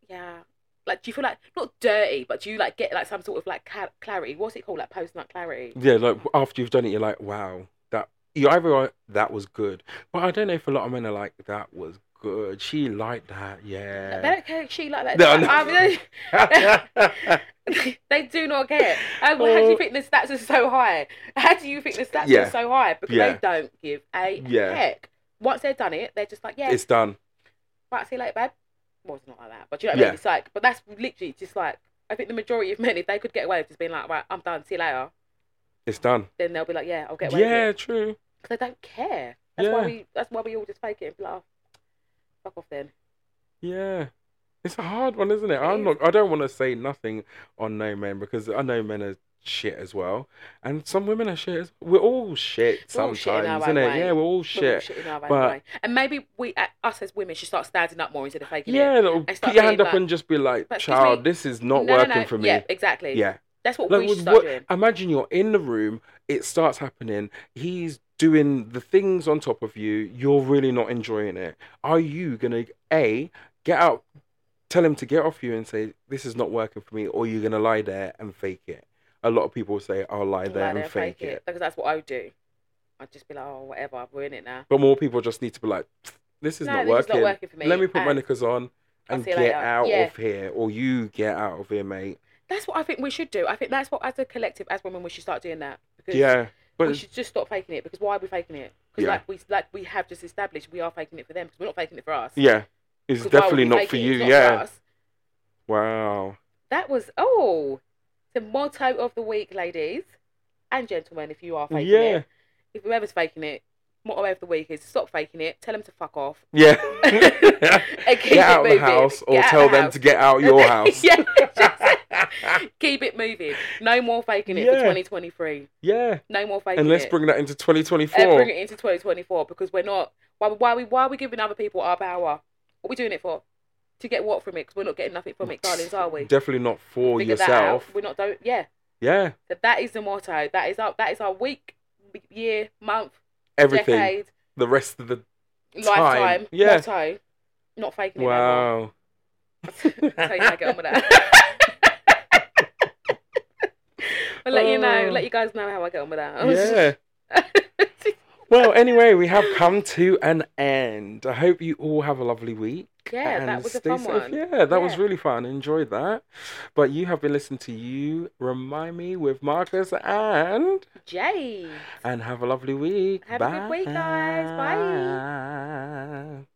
B: yeah, like do you feel like not dirty, but do you like get like some sort of like ca- clarity? What's it called? Like post nut clarity.
A: Yeah. Like after you've done it, you're like, "Wow, that." You either are, that was good, but I don't know if a lot of men are like that was good. She liked that,
B: Like,
A: yeah. *laughs*
B: *laughs* they don't care. She like that.
A: No,
B: Like,
A: no.
B: I mean, *laughs* they do not care. Um, How do
A: Oh.
B: you think the stats are so high? How do you think the stats
A: Yeah.
B: are so high? Because
A: Yeah.
B: they don't give a
A: Yeah.
B: heck. Once they've done it, they're just like, yeah,
A: it's done.
B: right, see you later, babe. Well, it's not like that, but do you know what I
A: Yeah.
B: mean? It's like, but that's literally just like, I think the majority of *laughs* men, if they could get away with just being like, right, I'm done, see you later,
A: It's done.
B: then they'll be like, yeah, I'll get away with
A: Yeah,
B: it.
A: true.
B: Because they don't care. That's
A: Yeah.
B: why we, that's why we all just fake it and be like, oh, fuck off then.
A: Yeah. It's a hard one, isn't it?
B: It
A: I'm
B: is.
A: not I don't want to say nothing on no men because I know men are shit as well. And some women are shit as We're all shit
B: We're all
A: sometimes,
B: shit in our
A: isn't
B: own
A: it?
B: way.
A: Yeah, we're all
B: We're all
A: shit.
B: shitting our own
A: but-
B: way. And maybe we, uh, us as women, should start standing up more instead of faking it.
A: Yeah, no, put
B: start
A: your hand
B: being
A: up
B: like-
A: and just be like,
B: But excuse
A: child,
B: me,
A: this is not
B: No, no,
A: working
B: no,
A: for me.
B: Yeah, exactly.
A: Yeah.
B: That's what
A: Like,
B: we
A: with
B: should start
A: what-
B: doing.
A: imagine you're in the room, it starts happening, he's doing the things on top of you, you're really not enjoying it. Are you gonna A, get out, tell him to get off you and say, This is not working for me, or you're gonna lie there and fake it? A lot of people say, I'll lie
B: Like,
A: there and
B: they'll
A: fake, it.
B: Because that's what I would do. I'd just be like, oh, whatever, we're in it now.
A: But more people just need to be like, This is
B: no,
A: not
B: this
A: working.
B: is not working for me.
A: Let me put my
B: and
A: knickers on
B: I'll
A: and
B: see you
A: get
B: later.
A: out
B: Yeah.
A: of here, or you get out of here, mate.
B: That's what I think we should do. I think that's what, as a collective, as women, we should start doing that. Because
A: Yeah. But
B: we
A: it's-
B: should just stop faking it. Because why are we faking it? Because
A: Yeah.
B: like we like we have just established we are faking it for them. Because we're not faking it for us.
A: yeah. It's
B: 'Cause why would
A: definitely
B: we
A: not
B: fake
A: for
B: it?
A: you,
B: It's not
A: yeah.
B: us.
A: Wow.
B: That was oh, the motto of the week, ladies and gentlemen. If you are faking
A: yeah.
B: it, if whoever's faking it, motto of the week is stop faking it. Tell them to fuck off. *laughs*
A: Yeah.
B: and keep
A: get out of the
B: it moving.
A: house or
B: Get out
A: tell
B: the
A: them
B: house.
A: to get out your house.
B: *laughs* yeah,
A: *laughs*
B: keep it moving. No more faking it for
A: Yeah.
B: 2023.
A: yeah.
B: No more faking
A: And let's
B: it.
A: bring that into
B: And
A: 2024.
B: bring it into 2024 because we're not. Why, why are we? Why are we giving other people our power? What are we doing it for? To get what from it? Because we're not getting nothing from it, darlings, are we?
A: Definitely not for
B: Figure that out.
A: yourself.
B: We're not doing. Yeah.
A: Yeah.
B: So that is the motto. That is our. That is our week, year, month,
A: Everything.
B: decade,
A: The rest of the.
B: lifetime
A: Yeah.
B: motto. Not faking it. no
A: Wow.
B: more. *laughs* That's how you
A: *laughs*
B: might get on with that. we'll let you know,
A: Oh.
B: let you guys know how I get on with that.
A: yeah. Well, anyway, we have come to an end. I hope you all have a lovely week.
B: Yeah, that
A: and
B: was a
A: stay
B: fun
A: safe.
B: one.
A: Yeah, that was
B: Yeah.
A: really fun. Enjoyed that. But you have been listening to You Remind Me with Marcus and
B: *laughs* Jay.
A: and have a lovely week.
B: Have a good week, guys. Bye.
A: Bye.